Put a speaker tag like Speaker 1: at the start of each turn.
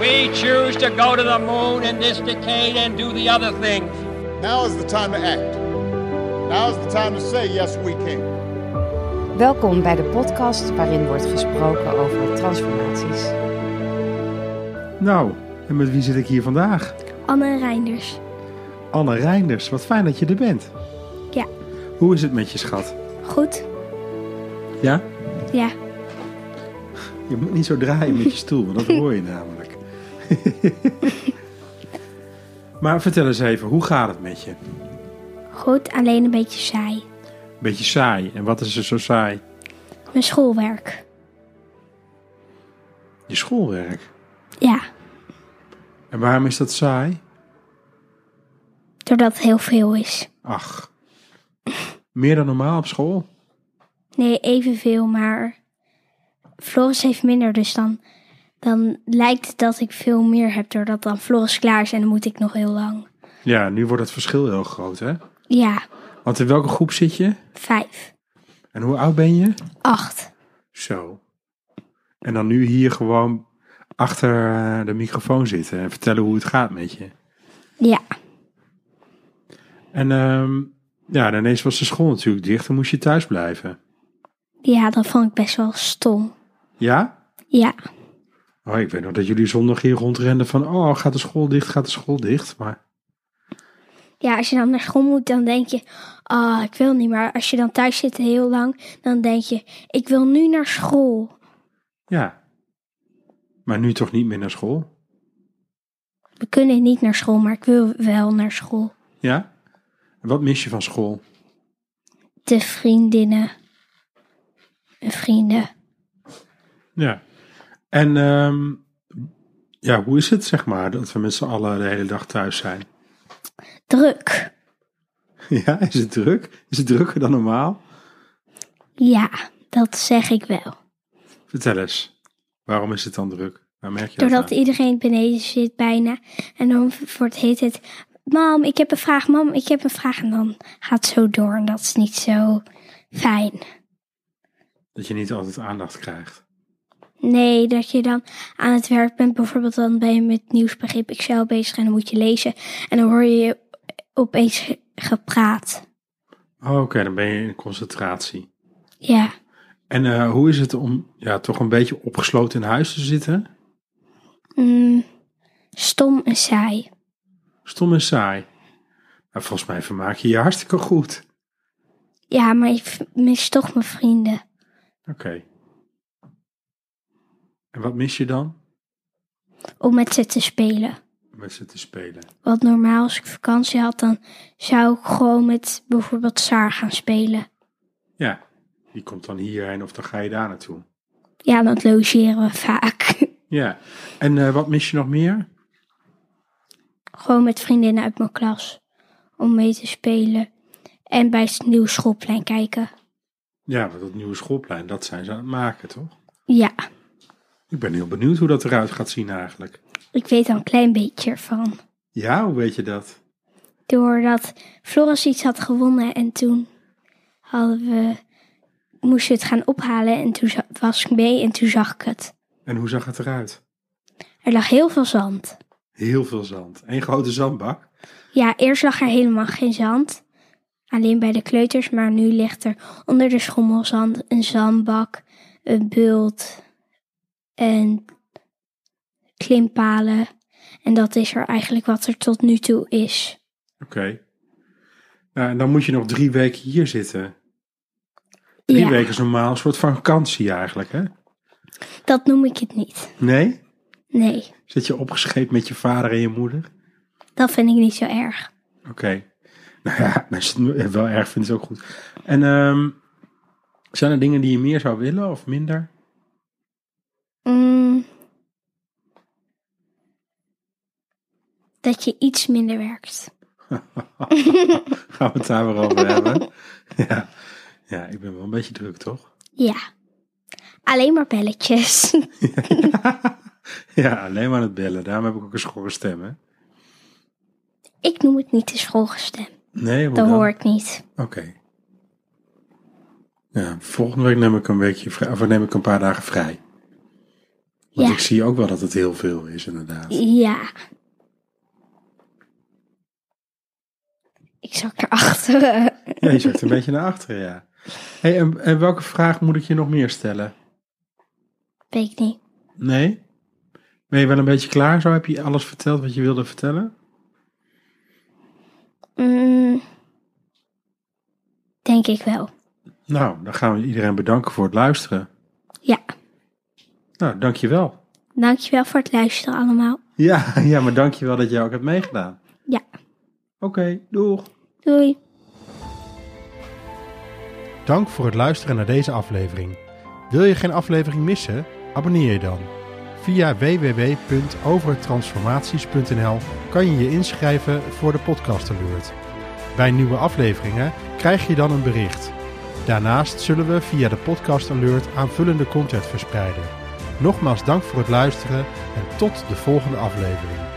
Speaker 1: We choose to go to the moon in this decade and do the other things.
Speaker 2: Now is the time to act. Now is the time to say yes we can.
Speaker 3: Welkom bij de podcast waarin wordt gesproken over transformaties.
Speaker 4: Nou, en met wie zit ik hier vandaag?
Speaker 5: Anne Reinders.
Speaker 4: Anne Reinders, wat fijn dat je er bent.
Speaker 5: Ja.
Speaker 4: Hoe is het met je schat?
Speaker 5: Goed?
Speaker 4: Ja?
Speaker 5: Ja.
Speaker 4: Je moet niet zo draaien met je stoel, want dat hoor je namelijk. maar vertel eens even, hoe gaat het met je?
Speaker 5: Goed, alleen een beetje saai.
Speaker 4: Beetje saai, en wat is er zo saai?
Speaker 5: Mijn schoolwerk.
Speaker 4: Je schoolwerk.
Speaker 5: Ja,
Speaker 4: En waarom is dat saai?
Speaker 5: doordat het heel veel is.
Speaker 4: Ach, meer dan normaal op school?
Speaker 5: Nee, evenveel, maar Floris heeft minder, dus dan, dan lijkt het dat ik veel meer heb, doordat dan Floris klaar is en dan moet ik nog heel lang.
Speaker 4: Ja, nu wordt het verschil heel groot, hè?
Speaker 5: Ja,
Speaker 4: Want in welke groep zit je?
Speaker 5: vijf,
Speaker 4: En hoe oud ben je?
Speaker 5: acht.
Speaker 4: Zo. En dan nu hier gewoon achter eh, de microfoon zitten en vertellen hoe het gaat met je.
Speaker 5: Ja,
Speaker 4: En ehm, ja, en ineens was de school natuurlijk dicht en moest je thuis blijven.
Speaker 5: ja, dat vond ik best wel stom.
Speaker 4: Ja?
Speaker 5: Ja,
Speaker 4: Oh, ik weet nog dat jullie zondag hier rondrenden van, oh, gaat de school dicht, gaat de school dicht. Maar
Speaker 5: ja als je dan naar school moet, dan denk je, ah, ik wil niet, maar als je dan thuis zit heel lang, dan denk je, ik wil nu naar school.
Speaker 4: ja. Maar nu toch niet meer naar school?
Speaker 5: We kunnen niet naar school, maar ik wil wel naar school.
Speaker 4: Ja? En wat mis je van school?
Speaker 5: De vriendinnen. En vrienden.
Speaker 4: Ja. En ehm, ja, hoe is het zeg maar dat we met z'n allen de hele dag thuis zijn?
Speaker 5: Druk.
Speaker 4: Ja, is het druk? Is het drukker dan normaal?
Speaker 5: Ja, dat zeg ik wel.
Speaker 4: Vertel eens, waarom is het dan druk? Waar merk je
Speaker 5: Doordat
Speaker 4: dat aan?
Speaker 5: iedereen beneden zit bijna. En dan wordt heet het... Mam, ik heb een vraag. Mam, ik heb een vraag. En dan gaat het zo door. En dat is niet zo fijn.
Speaker 4: Dat je niet altijd aandacht krijgt.
Speaker 5: Nee, dat je dan aan het werk bent. Bijvoorbeeld dan ben je met nieuwsbegrip Excel bezig. En dan moet je lezen. En dan hoor je opeens ge- gepraat.
Speaker 4: Oh, Oké, dan ben je in concentratie.
Speaker 5: Ja.
Speaker 4: En eh, hoe is het om ja, toch een beetje opgesloten in huis te zitten?
Speaker 5: Mm, stom en saai.
Speaker 4: Stom en saai. Maar volgens mij vermaak je je hartstikke goed.
Speaker 5: Ja, maar ik v- mis toch mijn vrienden.
Speaker 4: Oké. En wat mis je dan?
Speaker 5: Om met ze te spelen.
Speaker 4: Met ze te spelen.
Speaker 5: Want normaal als ik vakantie had, dan zou ik gewoon met bijvoorbeeld Saar gaan spelen.
Speaker 4: Ja, die komt dan hierheen of dan ga je daar naartoe.
Speaker 5: Ja, dat logeren we vaak.
Speaker 4: Ja. En eh, wat mis je nog meer?
Speaker 5: gewoon met vriendinnen uit mijn klas. Om mee te spelen. En bij het nieuwe schoolplein kijken.
Speaker 4: Ja, want dat nieuwe schoolplein, dat zijn ze aan het maken, toch?
Speaker 5: Ja,
Speaker 4: Ik ben heel benieuwd hoe dat eruit gaat zien eigenlijk.
Speaker 5: ik weet al een klein beetje ervan.
Speaker 4: Ja, hoe weet je dat?
Speaker 5: Doordat Floris iets had gewonnen en toen hadden we, moesten we het gaan ophalen en toen za- was ik mee en toen zag ik het.
Speaker 4: En hoe zag het eruit?
Speaker 5: Er lag heel veel zand.
Speaker 4: Heel veel zand. Eén grote zandbak.
Speaker 5: Ja, eerst lag er helemaal geen zand. Alleen bij de kleuters, maar nu ligt er onder de schommelzand een zandbak, een bult en klimpalen. En dat is er eigenlijk wat er tot nu toe is.
Speaker 4: Oké. Nou, en dan moet je nog drie weken hier zitten. Drie
Speaker 5: ja,
Speaker 4: weken is normaal een soort van vakantie eigenlijk, hè?
Speaker 5: dat noem ik het niet.
Speaker 4: Nee?
Speaker 5: Nee.
Speaker 4: Zit je opgescheept met je vader en je moeder?
Speaker 5: Dat vind ik niet zo erg.
Speaker 4: Oké. Nou ja, als je het wel erg vindt, is ook goed. En ehm, zijn er dingen die je meer zou willen of minder?
Speaker 5: Mm. Dat je iets minder werkt.
Speaker 4: Gaan we het daar weer over hebben? Ja. ja, ik ben wel een beetje druk, toch?
Speaker 5: Ja. Alleen maar belletjes.
Speaker 4: Ja, alleen maar aan het bellen. Daarom heb ik ook een schorre stem, hè?
Speaker 5: ik noem het niet de schoolgestem.
Speaker 4: Nee, hoe
Speaker 5: Dat
Speaker 4: dan?
Speaker 5: hoor ik niet.
Speaker 4: Oké. Ja, volgende week neem ik een weekje vrij, of neem ik een paar dagen vrij. Want
Speaker 5: Ja.
Speaker 4: ik zie ook wel dat het heel veel is, inderdaad.
Speaker 5: Ja. Ik zak naar achteren.
Speaker 4: Ja, je zakt een beetje naar achteren, ja. Hey, en, en welke vraag moet ik je nog meer stellen?
Speaker 5: Weet ik niet.
Speaker 4: Nee? Ben je wel een beetje klaar? Zo heb je alles verteld wat je wilde vertellen?
Speaker 5: Mm. Denk ik wel.
Speaker 4: Nou, dan gaan we iedereen bedanken voor het luisteren.
Speaker 5: Ja.
Speaker 4: Nou, dankjewel.
Speaker 5: Dankjewel voor het luisteren allemaal.
Speaker 4: Ja, ja, maar dankjewel dat jij ook hebt meegedaan.
Speaker 5: Ja.
Speaker 4: Oké, doeg.
Speaker 5: Doei.
Speaker 4: Dank voor het luisteren naar deze aflevering. Wil je geen aflevering missen? Abonneer je dan. Via www.overtransformaties.nl kan je je inschrijven voor de podcast Alert. Bij nieuwe afleveringen krijg je dan een bericht. Daarnaast zullen we via de podcast Alert aanvullende content verspreiden. Nogmaals dank voor het luisteren en tot de volgende aflevering.